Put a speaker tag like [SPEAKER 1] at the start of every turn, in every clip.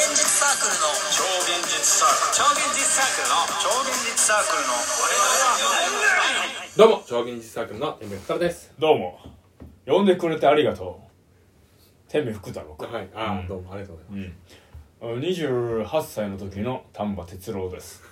[SPEAKER 1] クルの超現実サークル超現実サークルの超現実サークルの
[SPEAKER 2] どうも超現実サークルの天命太郎です
[SPEAKER 3] どうも呼んでくれてありがとう天命福太郎か、
[SPEAKER 2] はいああ、どうもありがとうございます、
[SPEAKER 3] 28歳の時の丹波哲郎です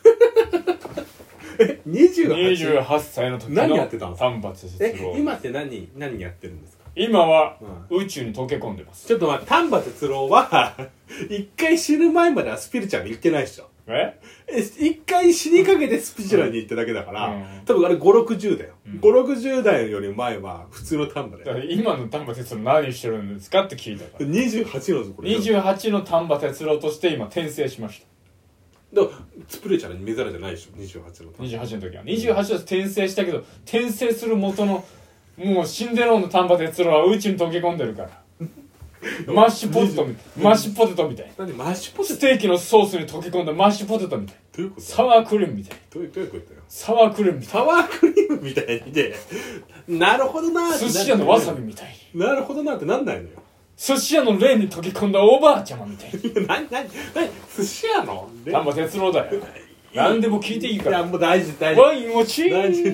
[SPEAKER 2] 28
[SPEAKER 3] 28歳の時の
[SPEAKER 2] 何やってたの
[SPEAKER 3] 丹波哲
[SPEAKER 2] え
[SPEAKER 3] 郎
[SPEAKER 2] 今って何何やってるんですか
[SPEAKER 3] 今は
[SPEAKER 2] う
[SPEAKER 3] 宇宙に溶け込んでます
[SPEAKER 2] ちょっと待って丹波哲郎は 一回死ぬ前まではスピリチュアルに行ってないでしょ
[SPEAKER 3] え
[SPEAKER 2] え一回死にかけてスピリチュアルに行っただけだから、
[SPEAKER 3] うん
[SPEAKER 2] 多分あれ560だよ、560代より前は普通の丹波だ
[SPEAKER 3] だか
[SPEAKER 2] よ
[SPEAKER 3] ら今の丹波哲郎何してるんですかって聞いたから
[SPEAKER 2] 28のところ
[SPEAKER 3] 28の丹波哲郎として今転生しまし
[SPEAKER 2] でもスピリチュアルに目覚めじゃないでしょ28の
[SPEAKER 3] た
[SPEAKER 2] 丹波
[SPEAKER 3] 28の時は28の時転生したけど転生する元のもう死んでろの丹波哲郎は宇宙に溶け込んで るからマッシュポテトみたいマッシュポテトみたい
[SPEAKER 2] 何マッシュポテ
[SPEAKER 3] ス
[SPEAKER 2] ト
[SPEAKER 3] テーキのソースに溶け込んだマッシュポテトみたい
[SPEAKER 2] どういうこと
[SPEAKER 3] サワークリームみたい
[SPEAKER 2] どういうどういうことよ
[SPEAKER 3] サワークリームみたい
[SPEAKER 2] サワークリームみたいにで、なるほどなーって
[SPEAKER 3] 寿司屋のわさびみたいに
[SPEAKER 2] なるほどなってなん ないのよ。
[SPEAKER 3] 寿司屋のレーンに溶け込んだおばあちゃまみたいに
[SPEAKER 2] いや、なになになに寿司屋の
[SPEAKER 3] 丹波哲郎だよ何でも聞いていいか
[SPEAKER 2] いや、
[SPEAKER 3] ら
[SPEAKER 2] もう大事、大事。
[SPEAKER 3] ワインをチ
[SPEAKER 2] 大
[SPEAKER 3] ー
[SPEAKER 2] 事。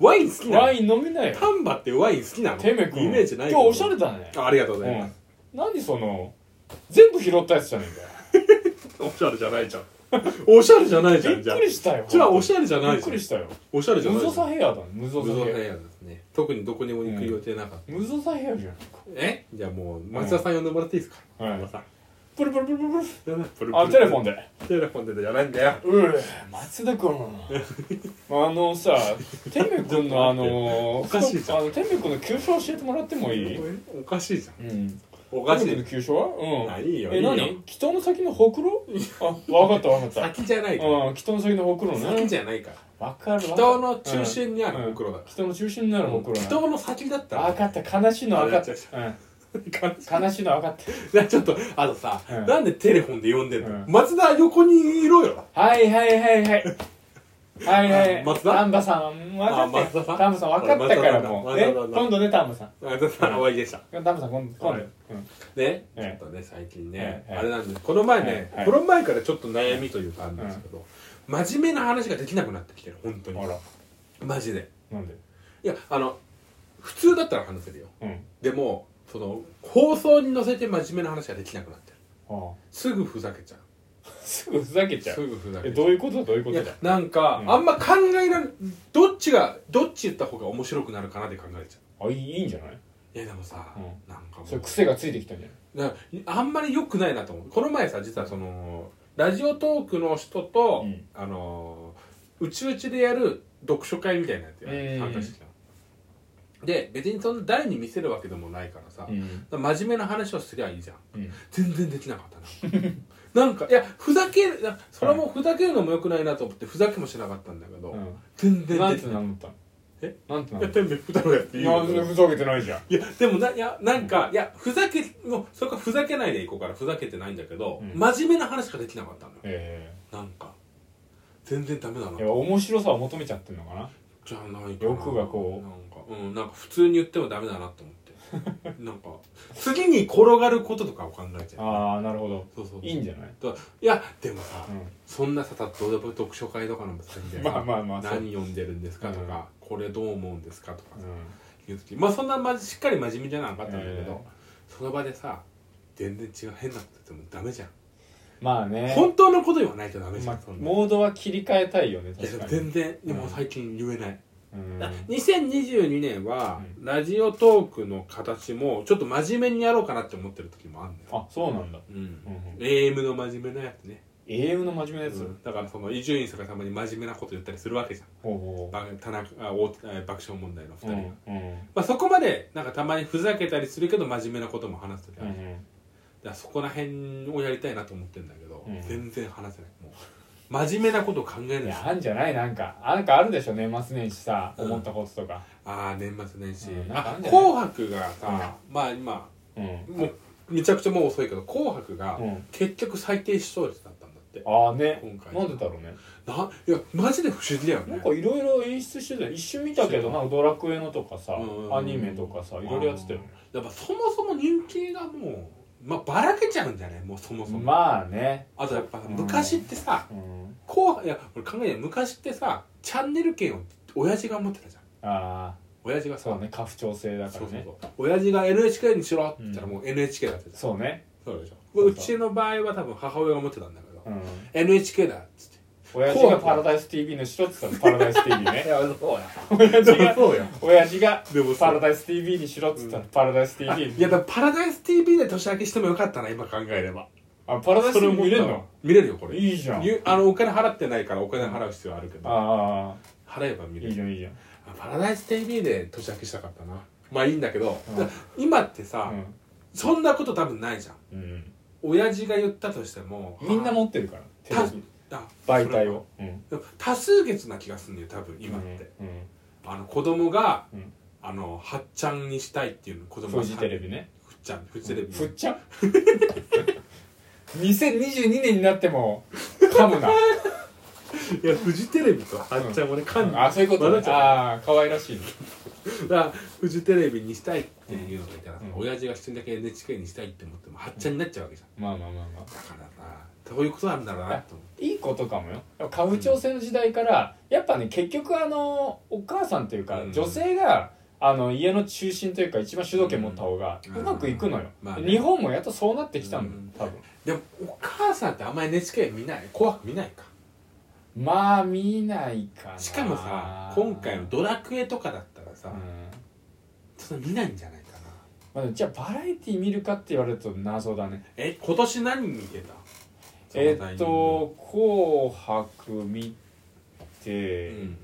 [SPEAKER 2] ワイン好きなの
[SPEAKER 3] ワイン飲みなよ
[SPEAKER 2] タンバってワイン好きなの
[SPEAKER 3] てめくん
[SPEAKER 2] イメージない
[SPEAKER 3] 今
[SPEAKER 2] け
[SPEAKER 3] 日
[SPEAKER 2] ど
[SPEAKER 3] おしゃれだね
[SPEAKER 2] あありがとうご
[SPEAKER 3] う
[SPEAKER 2] ざいま
[SPEAKER 3] ん
[SPEAKER 2] す。
[SPEAKER 3] 何その全部拾ったやつじゃね
[SPEAKER 2] おしゃれじゃないじゃん。おしゃれじゃない
[SPEAKER 3] え
[SPEAKER 2] じゃ
[SPEAKER 3] かよ
[SPEAKER 2] ん、
[SPEAKER 3] び
[SPEAKER 2] じゃ
[SPEAKER 3] っ
[SPEAKER 2] ん
[SPEAKER 3] く。りしたよ
[SPEAKER 2] それはおしゃれじゃないじ
[SPEAKER 3] びっ
[SPEAKER 2] ゃん
[SPEAKER 3] くり。したよ
[SPEAKER 2] おしゃれじゃない
[SPEAKER 3] 無
[SPEAKER 2] じゃ
[SPEAKER 3] 造
[SPEAKER 2] ん。
[SPEAKER 3] 作ヘアだね無造
[SPEAKER 2] 無
[SPEAKER 3] 作
[SPEAKER 2] 造作部
[SPEAKER 3] ヘア
[SPEAKER 2] 屋ですね。特にどこにも行く予定なかっ
[SPEAKER 3] 無造作ヘアじゃん
[SPEAKER 2] た。えじゃあもう、松田さん呼んでもらっていいですか
[SPEAKER 3] はい
[SPEAKER 2] 松田さん
[SPEAKER 3] プルプルプルプル
[SPEAKER 2] プルプル
[SPEAKER 3] あテレフォンで
[SPEAKER 2] テレフォンでじゃないんだよ。
[SPEAKER 3] うえ松田君あのさ天明君のあの
[SPEAKER 2] おかしいじゃん
[SPEAKER 3] あの天明君の急所教えてもらってもいい
[SPEAKER 2] おかしいじゃん。
[SPEAKER 3] うん
[SPEAKER 2] お
[SPEAKER 3] お
[SPEAKER 2] かし
[SPEAKER 3] の
[SPEAKER 2] い。
[SPEAKER 3] 急所は
[SPEAKER 2] あ
[SPEAKER 3] うん
[SPEAKER 2] いいよ
[SPEAKER 3] え
[SPEAKER 2] いいよ
[SPEAKER 3] 何北の先のほくろあわかったわかった
[SPEAKER 2] 先じゃないから。
[SPEAKER 3] うん北の先のほくろ
[SPEAKER 2] 先
[SPEAKER 3] ね
[SPEAKER 2] じゃないから。
[SPEAKER 3] わかる
[SPEAKER 2] 人の中心にある
[SPEAKER 3] 袋
[SPEAKER 2] 袋だか
[SPEAKER 3] 人の中心になる
[SPEAKER 2] ら。
[SPEAKER 3] ほくろ
[SPEAKER 2] 人の先だった
[SPEAKER 3] わ
[SPEAKER 2] ら。
[SPEAKER 3] かった悲しいの分かった
[SPEAKER 2] あ違
[SPEAKER 3] う
[SPEAKER 2] 感じ
[SPEAKER 3] ん悲しいの分かっ
[SPEAKER 2] なちょっと、あとさ、
[SPEAKER 3] うん
[SPEAKER 2] なんでテレフォンで呼んでんの
[SPEAKER 3] うん
[SPEAKER 2] 松田横にいろよ。
[SPEAKER 3] たはいはいはいはいはいはい
[SPEAKER 2] あ松田
[SPEAKER 3] 丹波さん分か
[SPEAKER 2] あ
[SPEAKER 3] っ
[SPEAKER 2] 松
[SPEAKER 3] た
[SPEAKER 2] 田
[SPEAKER 3] よ
[SPEAKER 2] さん
[SPEAKER 3] 丹波さん分かったからもう
[SPEAKER 2] 俺
[SPEAKER 3] ね
[SPEAKER 2] 松田さんだ
[SPEAKER 3] 今度ね丹波さん
[SPEAKER 2] 松田さん、終わりでした。
[SPEAKER 3] 丹波さん今度今度うん
[SPEAKER 2] ね、
[SPEAKER 3] ええ
[SPEAKER 2] ちょっとね、最近ね、
[SPEAKER 3] ええ
[SPEAKER 2] あれなんです。この前ね、
[SPEAKER 3] ええ
[SPEAKER 2] この前からちょっと悩みというかあるんですけど、真面目な話ができなくなってきてる、本当に
[SPEAKER 3] あ。ら
[SPEAKER 2] マジで。
[SPEAKER 3] なんで
[SPEAKER 2] いや、あの、普通だったら話せるよ。
[SPEAKER 3] うん
[SPEAKER 2] でもその放送に乗せて真面目な話ができなくなってる
[SPEAKER 3] あ
[SPEAKER 2] すぐふざけちゃう
[SPEAKER 3] すぐふざけちゃ
[SPEAKER 2] す
[SPEAKER 3] う
[SPEAKER 2] ぐふざ
[SPEAKER 3] え
[SPEAKER 2] けちゃ
[SPEAKER 3] どういうことだどういうこ
[SPEAKER 2] うい
[SPEAKER 3] と
[SPEAKER 2] や
[SPEAKER 3] だ
[SPEAKER 2] なんか、
[SPEAKER 3] うん
[SPEAKER 2] あんま考えられどっちがどっち言った方が面白くなるかなって考えちゃ
[SPEAKER 3] あいいいいんじゃないう
[SPEAKER 2] いやでもさ、
[SPEAKER 3] うん
[SPEAKER 2] なんかも
[SPEAKER 3] それ
[SPEAKER 2] う
[SPEAKER 3] 癖がついてきたんじゃない
[SPEAKER 2] なあんまり良くないなと思うこの前さ実はそのラジオトークの人と、
[SPEAKER 3] うん
[SPEAKER 2] あのうちうちでやる読書会みたいなやつや
[SPEAKER 3] うん
[SPEAKER 2] 参加してきたの、で別にそんな誰に見せるわけでもないからさ、
[SPEAKER 3] うん
[SPEAKER 2] 真面目な話をすりゃいいじゃん
[SPEAKER 3] うん
[SPEAKER 2] 全然できなか ったななんかいやふざけるなそれもふざけるのもよくないなと思ってふざけもしなかったんだけど、
[SPEAKER 3] う
[SPEAKER 2] 全
[SPEAKER 3] ん
[SPEAKER 2] 然
[SPEAKER 3] なん
[SPEAKER 2] でき
[SPEAKER 3] て
[SPEAKER 2] ない
[SPEAKER 3] 名乗ったの
[SPEAKER 2] え
[SPEAKER 3] なんて名
[SPEAKER 2] い
[SPEAKER 3] 乗
[SPEAKER 2] や
[SPEAKER 3] っ
[SPEAKER 2] 天秤ふたろやって
[SPEAKER 3] た
[SPEAKER 2] いい
[SPEAKER 3] の
[SPEAKER 2] よ
[SPEAKER 3] いやふざけてないじゃん
[SPEAKER 2] いやでもないやなんか、いやふざけもうそれからふざけないでいこうからふざけてないんだけど、
[SPEAKER 3] うん
[SPEAKER 2] 真面目な話ができなかったのよ
[SPEAKER 3] え
[SPEAKER 2] なんか全然ダメだな
[SPEAKER 3] えやっぱ面白さを求めちゃってんのかな
[SPEAKER 2] じゃないかな
[SPEAKER 3] 欲がこう
[SPEAKER 2] なんかうんなんか普通に言ってもダメだなと思って なんか次に転がることとかを考えちゃう
[SPEAKER 3] ああなるほど
[SPEAKER 2] そうそう
[SPEAKER 3] いいんじゃない
[SPEAKER 2] といやでもさ、
[SPEAKER 3] う
[SPEAKER 2] そんなさたどうでも読書会とかの先で
[SPEAKER 3] まあまあまあそう
[SPEAKER 2] 何読んでるんですかとか、これどう思うんですかとか
[SPEAKER 3] んうん
[SPEAKER 2] 言う時まあそんなましっかり真面目じゃなかったんだけど、
[SPEAKER 3] え
[SPEAKER 2] その場でさ全然違う変なこと言ってもダメじゃん、
[SPEAKER 3] まあね
[SPEAKER 2] 本当のこと言わないとダメじゃ
[SPEAKER 3] ま
[SPEAKER 2] ん、
[SPEAKER 3] あ
[SPEAKER 2] そんな
[SPEAKER 3] モードは切り替えたいよね
[SPEAKER 2] いや
[SPEAKER 3] 確かに
[SPEAKER 2] 全然、
[SPEAKER 3] うん
[SPEAKER 2] もう最近言えない、
[SPEAKER 3] うん
[SPEAKER 2] だ2022年は、
[SPEAKER 3] う
[SPEAKER 2] ラジオトークの形もちょっと真面目にやろうかなって思ってる時もあるんだよ、
[SPEAKER 3] あそうなんだ
[SPEAKER 2] う
[SPEAKER 3] うん
[SPEAKER 2] ん
[SPEAKER 3] うん
[SPEAKER 2] AM の真面目なやつね、
[SPEAKER 3] 英雄の真面目なやつ
[SPEAKER 2] うんだからその伊集院さんがたまに真面目なこと言ったりするわけじゃん
[SPEAKER 3] ほうほ
[SPEAKER 2] ば田中あ大えー爆笑問題の2
[SPEAKER 3] う
[SPEAKER 2] 人
[SPEAKER 3] う
[SPEAKER 2] が、
[SPEAKER 3] ん
[SPEAKER 2] ま
[SPEAKER 3] うん
[SPEAKER 2] あ、そこまでなんかたまにふざけたりするけど真面目なことも話す時あ
[SPEAKER 3] う
[SPEAKER 2] る、だか
[SPEAKER 3] ん
[SPEAKER 2] らそこら辺をやりたいなと思ってるんだけど、
[SPEAKER 3] うん
[SPEAKER 2] 全然話せないもう真面目なことを考え
[SPEAKER 3] い
[SPEAKER 2] ない
[SPEAKER 3] や
[SPEAKER 2] あ
[SPEAKER 3] あんじゃないなんかあなんかあるでしょ年末年始さ
[SPEAKER 2] うん
[SPEAKER 3] 思ったこととか
[SPEAKER 2] あー年末年始、
[SPEAKER 3] うんなんかあ
[SPEAKER 2] あ
[SPEAKER 3] るんじゃない
[SPEAKER 2] 紅白がさ、まあ今
[SPEAKER 3] うん
[SPEAKER 2] もうめちゃくちゃもう遅いけど紅白が
[SPEAKER 3] うん
[SPEAKER 2] 結局最低視聴率だったんだって、
[SPEAKER 3] ああね
[SPEAKER 2] 今回
[SPEAKER 3] なんでだろうね
[SPEAKER 2] ないやマジで不思議だよ
[SPEAKER 3] な
[SPEAKER 2] ね
[SPEAKER 3] んかいろいろ演出してたよ一瞬見たけどなんかドラクエのとかさ
[SPEAKER 2] うん
[SPEAKER 3] アニメとかさいろいろやってたよね
[SPEAKER 2] やっぱそもそも人気がもうまあばらけちゃうんじゃないもうそもそも、
[SPEAKER 3] まあね、
[SPEAKER 2] あとやっぱさ
[SPEAKER 3] ん
[SPEAKER 2] 昔ってさ
[SPEAKER 3] うん、
[SPEAKER 2] 後いや俺考えない昔ってさチャンネル権を親父が持ってたじゃん
[SPEAKER 3] ああ
[SPEAKER 2] 親父がさ
[SPEAKER 3] そうね家父長制だか
[SPEAKER 2] そ
[SPEAKER 3] ら
[SPEAKER 2] うそう
[SPEAKER 3] ね
[SPEAKER 2] そう親父が NHK にしろって言ったらもう NHK だってた、
[SPEAKER 3] そうね、
[SPEAKER 2] そうでしょ
[SPEAKER 3] そう
[SPEAKER 2] うちの場合は多分母親が持ってたんだけど、
[SPEAKER 3] うん、
[SPEAKER 2] NHK だっつって
[SPEAKER 3] 親父がパラダイス TV の人っつったらパラダイス TV ね
[SPEAKER 2] やそうや
[SPEAKER 3] 親父が
[SPEAKER 2] そうや
[SPEAKER 3] 親父が
[SPEAKER 2] でもそう
[SPEAKER 3] パラダイス TV にしろっつったらパラダイス TV
[SPEAKER 2] いやだからパラダイス TV で年明けしてもよかったな今考えれば
[SPEAKER 3] あパラダイス TV 見れんの
[SPEAKER 2] 見れるよこれ
[SPEAKER 3] いいじゃん
[SPEAKER 2] ゆあのお金払ってないからお金払う必要はあるけど
[SPEAKER 3] ああ
[SPEAKER 2] 払えば見れ
[SPEAKER 3] いいじ
[SPEAKER 2] る
[SPEAKER 3] ゃんいいじゃん
[SPEAKER 2] あパラダイス TV で年明けしたかったなまあいいんだけど、
[SPEAKER 3] うん
[SPEAKER 2] だから今ってさ、
[SPEAKER 3] う
[SPEAKER 2] そんなこと多分ないじゃん
[SPEAKER 3] ん、うん、
[SPEAKER 2] 親父が言ったとしても
[SPEAKER 3] みんな持ってるからテレ
[SPEAKER 2] た
[SPEAKER 3] ビ
[SPEAKER 2] あ
[SPEAKER 3] 媒体をうん
[SPEAKER 2] でも多数決な気がするんだよ多分今って、
[SPEAKER 3] うん
[SPEAKER 2] あの子供が、
[SPEAKER 3] うん
[SPEAKER 2] あのはっちゃんにしたいっていうの子供
[SPEAKER 3] フ
[SPEAKER 2] が
[SPEAKER 3] ジテレビね
[SPEAKER 2] ふっちゃんフジテレビ
[SPEAKER 3] ふっちゃん 2022年になっても 噛むな
[SPEAKER 2] いやフジテレビとはっちゃん俺かん
[SPEAKER 3] あそういうこと
[SPEAKER 2] ま
[SPEAKER 3] ね
[SPEAKER 2] だちゃ
[SPEAKER 3] ああ可愛らしいね
[SPEAKER 2] うだからフジテレビにしたいっていうのがいたらさ、
[SPEAKER 3] うん
[SPEAKER 2] 親父が一人だけ NHK にしたいって思ってもはっちゃんになっちゃうわけじゃん、
[SPEAKER 3] まあまあまあまあ
[SPEAKER 2] だからなどういうことなんだろうなと思う
[SPEAKER 3] いいことかもよ家父長制の時代から、やっぱね結局あのお母さんというか、
[SPEAKER 2] うん
[SPEAKER 3] 女性があの家の中心というか一番主導権持った方が
[SPEAKER 2] うん
[SPEAKER 3] うまくいくのよ、
[SPEAKER 2] まあね
[SPEAKER 3] 日本もやっとそうなってきたんだよ、
[SPEAKER 2] うん
[SPEAKER 3] 多分
[SPEAKER 2] でもお母さんってあんま NHK 見ない怖く見ないか
[SPEAKER 3] まあ見ないかな
[SPEAKER 2] しかもさ今回の「ドラクエ」とかだったら
[SPEAKER 3] う
[SPEAKER 2] さ、
[SPEAKER 3] ん
[SPEAKER 2] ちょっと見ないんじゃないかな
[SPEAKER 3] まあ、じゃあバラエティ見るかって言われると謎だね
[SPEAKER 2] え今年何見てた
[SPEAKER 3] えっ、と「紅白」見て、
[SPEAKER 2] うん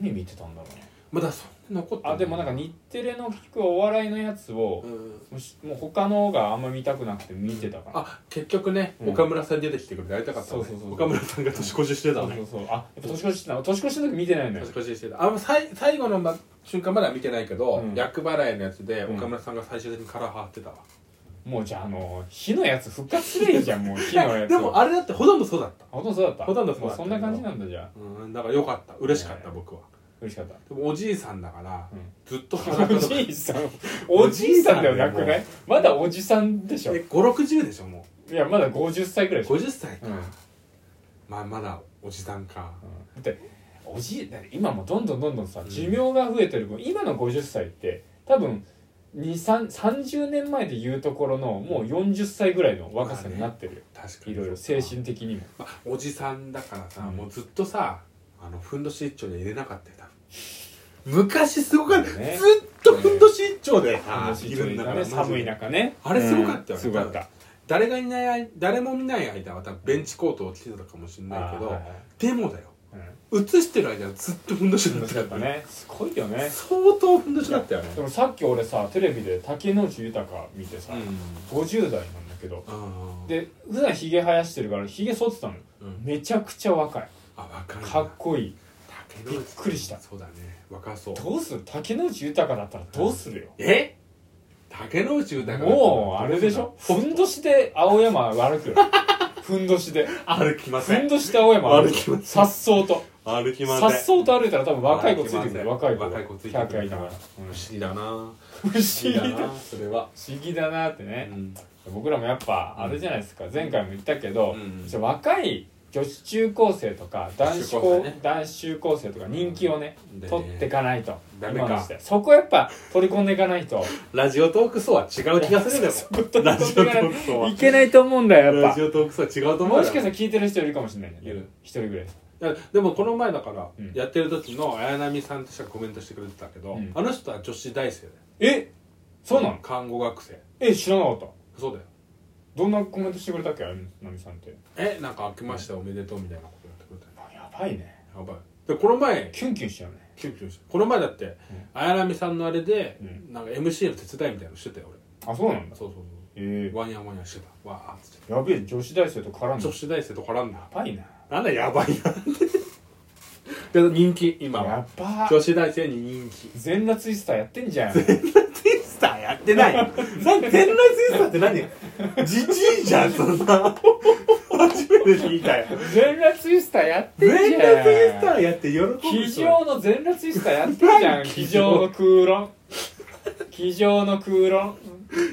[SPEAKER 3] 何見てたんだろうね
[SPEAKER 2] まだそんな残って
[SPEAKER 3] あでもなんか日テレの聞くお笑いのやつを、
[SPEAKER 2] うん
[SPEAKER 3] もうしもう他のがあんま見たくなくて見てたから
[SPEAKER 2] あ結局ね、
[SPEAKER 3] うん
[SPEAKER 2] 岡村さん出てきてくれて会いたかったね
[SPEAKER 3] そうそうそう
[SPEAKER 2] 岡村さんが年越ししてた
[SPEAKER 3] そう
[SPEAKER 2] ね
[SPEAKER 3] そうそうあやっぱ年越ししてた年越しの時見てないのよ
[SPEAKER 2] 年越ししてたあもうさい最後の、ま、瞬間まだ見てないけど、
[SPEAKER 3] うん
[SPEAKER 2] 厄払いのやつで
[SPEAKER 3] うん
[SPEAKER 2] 岡村さんが最終的にカラー張ってたわ、
[SPEAKER 3] もうじゃああの火のやつ復活すればいいじゃんもう 火
[SPEAKER 2] い
[SPEAKER 3] の
[SPEAKER 2] や
[SPEAKER 3] やつ
[SPEAKER 2] でもあれだってほとんどそうだった
[SPEAKER 3] ほとんどそうだった
[SPEAKER 2] ほとんどそうだ
[SPEAKER 3] も
[SPEAKER 2] った
[SPEAKER 3] そんな感じなんだじゃあ
[SPEAKER 2] うんだからよかった嬉しかった、
[SPEAKER 3] ね
[SPEAKER 2] 僕は
[SPEAKER 3] 嬉しかった
[SPEAKER 2] でもおじいさんだから、
[SPEAKER 3] うん
[SPEAKER 2] ずっと
[SPEAKER 3] お
[SPEAKER 2] の
[SPEAKER 3] じいさんおじいさんではなくないまだおじさんでしょ
[SPEAKER 2] え560でしょも
[SPEAKER 3] いやまだ50歳ぐらいうでしょ、
[SPEAKER 2] 50歳か、
[SPEAKER 3] うんうん
[SPEAKER 2] まあまだおじさんか、
[SPEAKER 3] だっておじいだって今もどんどんどんどんさ寿命が増えてる分、今の50歳って多分23 30年前で言うところのもう40歳ぐらいの若さになってるよ、
[SPEAKER 2] 確かに
[SPEAKER 3] いろいろ精神的にも
[SPEAKER 2] まあ、おじさんだからさ、
[SPEAKER 3] うん
[SPEAKER 2] もうずっとさあのふんどし一丁には入れなかったよ多分昔すごかった、
[SPEAKER 3] ね
[SPEAKER 2] ずっとふんどし一丁で、
[SPEAKER 3] あー
[SPEAKER 2] るんだから
[SPEAKER 3] 寒い中ね
[SPEAKER 2] あれすごかったよね
[SPEAKER 3] うんすごかった
[SPEAKER 2] 誰がいない間誰も見ない間は多分ベンチコートを着てたかもしれないけど、
[SPEAKER 3] あ
[SPEAKER 2] でもだよ
[SPEAKER 3] ーはいはい
[SPEAKER 2] 映してる間はずっとふんどし
[SPEAKER 3] うん
[SPEAKER 2] だ
[SPEAKER 3] 楽
[SPEAKER 2] っ
[SPEAKER 3] したかっ
[SPEAKER 2] よ
[SPEAKER 3] たねすごいよね
[SPEAKER 2] 相当ふんどしだったよね
[SPEAKER 3] でもさっき俺さテレビで竹野内豊見てさ、50代なんだけど
[SPEAKER 2] うんで、
[SPEAKER 3] で普段ひげ生やしてるからひげ剃ってたのよ
[SPEAKER 2] うん、
[SPEAKER 3] めちゃくちゃ若い
[SPEAKER 2] あ分かる
[SPEAKER 3] かっこいい
[SPEAKER 2] 竹野内
[SPEAKER 3] びっくりした
[SPEAKER 2] そうだね若そう
[SPEAKER 3] どうする竹野内豊だったらどうするよ
[SPEAKER 2] え竹野内豊
[SPEAKER 3] もうあれでしょふんどしで青山 歩くよふんどしで
[SPEAKER 2] 歩きま
[SPEAKER 3] ふ
[SPEAKER 2] せ
[SPEAKER 3] ん
[SPEAKER 2] ん
[SPEAKER 3] どしで青山歩
[SPEAKER 2] 歩き
[SPEAKER 3] く
[SPEAKER 2] ま
[SPEAKER 3] よ
[SPEAKER 2] せん
[SPEAKER 3] さっそうと
[SPEAKER 2] 歩きま
[SPEAKER 3] さ
[SPEAKER 2] せん
[SPEAKER 3] っそうと歩いたら多分若い子ついてくる
[SPEAKER 2] 歩きま
[SPEAKER 3] 若
[SPEAKER 2] せ
[SPEAKER 3] い
[SPEAKER 2] ん
[SPEAKER 3] 子
[SPEAKER 2] 若い子ついてくる
[SPEAKER 3] 100回 いながら不
[SPEAKER 2] 不思議だな
[SPEAKER 3] 思議だ不
[SPEAKER 2] それは
[SPEAKER 3] 思議だなって
[SPEAKER 2] う
[SPEAKER 3] ね
[SPEAKER 2] ん
[SPEAKER 3] 僕らもやっぱあれじゃないですか前回も言ったけど
[SPEAKER 2] うん
[SPEAKER 3] ちょ若い女子中高生とか男子高
[SPEAKER 2] 女子中高生ね
[SPEAKER 3] 男子中高生とか人気をね
[SPEAKER 2] でね
[SPEAKER 3] 取ってかないと
[SPEAKER 2] ダメか
[SPEAKER 3] 今の時代そこやっぱ取り込んでいかな いと
[SPEAKER 2] ラジオトークスは違う気がするでもラジオトークスはい
[SPEAKER 3] けないと思うんだよや
[SPEAKER 2] ラ
[SPEAKER 3] っ
[SPEAKER 2] ジ
[SPEAKER 3] ぱ
[SPEAKER 2] オトークスは違うと思うよ
[SPEAKER 3] もしかしたら聞いてる人いるかもしれないね
[SPEAKER 2] いる
[SPEAKER 3] 一人ぐらいです
[SPEAKER 2] いやでもこの前だから
[SPEAKER 3] うん
[SPEAKER 2] やってる時の綾波さんとしてはコメントしてくれてたけど
[SPEAKER 3] うん
[SPEAKER 2] あの人は女子大生だよ
[SPEAKER 3] えそうなの
[SPEAKER 2] 看護学生
[SPEAKER 3] え知らなかった
[SPEAKER 2] そうだよ
[SPEAKER 3] どんなコメントしてくれたっけあゆみさんって
[SPEAKER 2] えなんか「明けましておめでとう」みたいなことやってくれたよ
[SPEAKER 3] やばいね
[SPEAKER 2] やばいでこの前
[SPEAKER 3] キュンキュンしちゃうね
[SPEAKER 2] キュンキュンしてこの前だって綾波さんのあれで
[SPEAKER 3] うん
[SPEAKER 2] なんか MC の手伝いみたいなのしてたよ
[SPEAKER 3] あそうなん
[SPEAKER 2] 俺
[SPEAKER 3] だ
[SPEAKER 2] そうそう
[SPEAKER 3] え
[SPEAKER 2] そうワンヤンワンヤンしてたわーっつって
[SPEAKER 3] えやべえ女子大生と絡んだ
[SPEAKER 2] 女
[SPEAKER 3] や
[SPEAKER 2] 子大生と絡んだ
[SPEAKER 3] ばいな
[SPEAKER 2] なんだやばいなで人気今は
[SPEAKER 3] やば
[SPEAKER 2] 女子大生に人気
[SPEAKER 3] 全裸ツイスターやってんじゃん
[SPEAKER 2] ツイスターやってないよ全裸ツイスターって何じじいじゃんそんな初めて聞いたよ
[SPEAKER 3] 全裸ツイスターやってんじゃん
[SPEAKER 2] 全裸ツイスターやって喜ぶ
[SPEAKER 3] 机
[SPEAKER 2] 人
[SPEAKER 3] 上の全裸ツイスターやってんじゃん
[SPEAKER 2] 何
[SPEAKER 3] 机上の空論机上の空論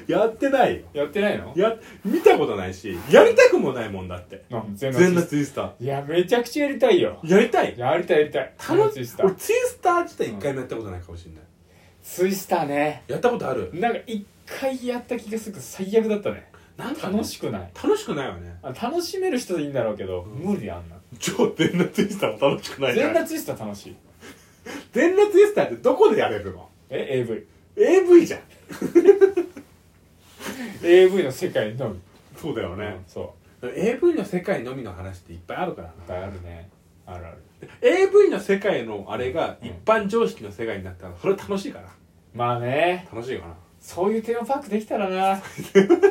[SPEAKER 2] やってないよ
[SPEAKER 3] やってないの
[SPEAKER 2] や見たことないしやりたくもないもんだって
[SPEAKER 3] うん全
[SPEAKER 2] 全
[SPEAKER 3] 裸
[SPEAKER 2] 裸ツイスタ
[SPEAKER 3] いやめちゃくちゃやりたいよ
[SPEAKER 2] ーやりたい
[SPEAKER 3] やりたいやりたい
[SPEAKER 2] 楽
[SPEAKER 3] ツイスタ
[SPEAKER 2] 俺
[SPEAKER 3] ー
[SPEAKER 2] ツイスター自体一回もやったことないかもしれない
[SPEAKER 3] ツイスターね
[SPEAKER 2] やったことある
[SPEAKER 3] なんか一回やった気がするけど最悪だったね
[SPEAKER 2] なんかね
[SPEAKER 3] 楽しくない
[SPEAKER 2] 楽しくないよね
[SPEAKER 3] あ楽しめる人でいいんだろうけど、無理あんな
[SPEAKER 2] 超全裸ツイスターも楽しくないじ
[SPEAKER 3] 全
[SPEAKER 2] ゃん
[SPEAKER 3] 裸ツイスター楽しい
[SPEAKER 2] 全裸ツイスターってどこでやれるの
[SPEAKER 3] え
[SPEAKER 2] AV じゃん
[SPEAKER 3] AVAV の世界のみ、
[SPEAKER 2] そうだよ
[SPEAKER 3] う
[SPEAKER 2] ね
[SPEAKER 3] ん、そ
[SPEAKER 2] AV の世界のみの話っていっぱいあるからな
[SPEAKER 3] ういっぱいあるねあるある
[SPEAKER 2] AV の世界のあれが
[SPEAKER 3] うん
[SPEAKER 2] 一般常識の世界になったらそれ楽しいかな
[SPEAKER 3] まあね
[SPEAKER 2] 楽しいかな
[SPEAKER 3] そういうテーマパークできたらな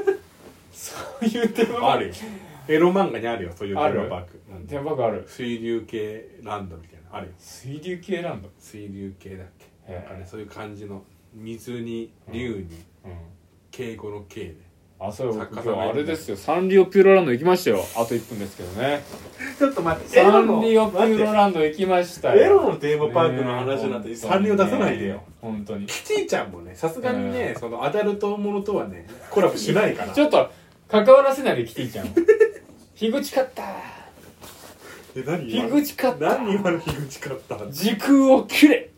[SPEAKER 3] そういうテーマパーク
[SPEAKER 2] あるよエロ漫画にあるよそういうテ
[SPEAKER 3] ある
[SPEAKER 2] ーマパークうん
[SPEAKER 3] テーマパークある
[SPEAKER 2] 水流系ランドみたいなのあるよ
[SPEAKER 3] 水流系ランド
[SPEAKER 2] 水流系だっけ
[SPEAKER 3] へえ
[SPEAKER 2] なんかねそういう感じの水に竜に
[SPEAKER 3] うん
[SPEAKER 2] 敬語の敬で
[SPEAKER 3] あそう
[SPEAKER 2] 作
[SPEAKER 3] 今
[SPEAKER 2] 家さん
[SPEAKER 3] 日
[SPEAKER 2] がいる
[SPEAKER 3] あれですよサンリオピューロランド行きましたよあと1分ですけどね
[SPEAKER 2] ちょっと待っ
[SPEAKER 3] サンリオピューロランド行きましたよ
[SPEAKER 2] エロのテーマパークの話なんて
[SPEAKER 3] ねえ
[SPEAKER 2] サンリオ出さないでよ
[SPEAKER 3] 本当に
[SPEAKER 2] キティちゃんもねさすがにね
[SPEAKER 3] う
[SPEAKER 2] そのアダルトものとはねコラボしないから
[SPEAKER 3] ちょっと関わらせないでキテ ィちゃんを樋口勝った
[SPEAKER 2] え何
[SPEAKER 3] 樋
[SPEAKER 2] 今の
[SPEAKER 3] 口勝った
[SPEAKER 2] 何今の樋口買った 何
[SPEAKER 3] 時空を切れ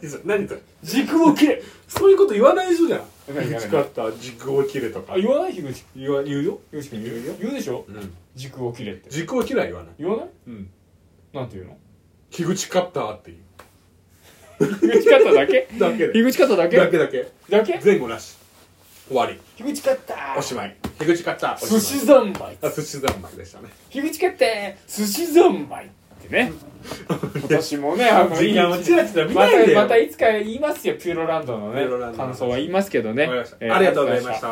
[SPEAKER 2] それ何それ
[SPEAKER 3] 時空を 切れ
[SPEAKER 2] そういうこと言わない人じゃん
[SPEAKER 3] 言わない
[SPEAKER 2] 樋口買った軸を切れとか
[SPEAKER 3] あ言わない樋口
[SPEAKER 2] 言わ言うよ
[SPEAKER 3] 樋口君言う言うでしょ
[SPEAKER 2] うん
[SPEAKER 3] 時空を切れって
[SPEAKER 2] 軸を切れは言わない
[SPEAKER 3] 言わない
[SPEAKER 2] うん
[SPEAKER 3] なんて言うの
[SPEAKER 2] 樋口買ったっていう
[SPEAKER 3] 樋口勝っただけ
[SPEAKER 2] だけで
[SPEAKER 3] 樋口勝っただけ
[SPEAKER 2] だけだけ
[SPEAKER 3] だけ
[SPEAKER 2] 前後なし終わり
[SPEAKER 3] 樋口勝った
[SPEAKER 2] おしまい樋口買ったおしま
[SPEAKER 3] 寿
[SPEAKER 2] い
[SPEAKER 3] 司三昧
[SPEAKER 2] あ寿司三昧でしたね
[SPEAKER 3] 樋口勝って寿司三昧ってね 今年もねあ のいい
[SPEAKER 2] ラチラ
[SPEAKER 3] ま
[SPEAKER 2] で
[SPEAKER 3] た
[SPEAKER 2] よ
[SPEAKER 3] またいつか言いますよピューロランドのね
[SPEAKER 2] ピューロランドの話
[SPEAKER 3] 感想は言いますけどね
[SPEAKER 2] わかりました
[SPEAKER 3] えー
[SPEAKER 2] ありがとうございました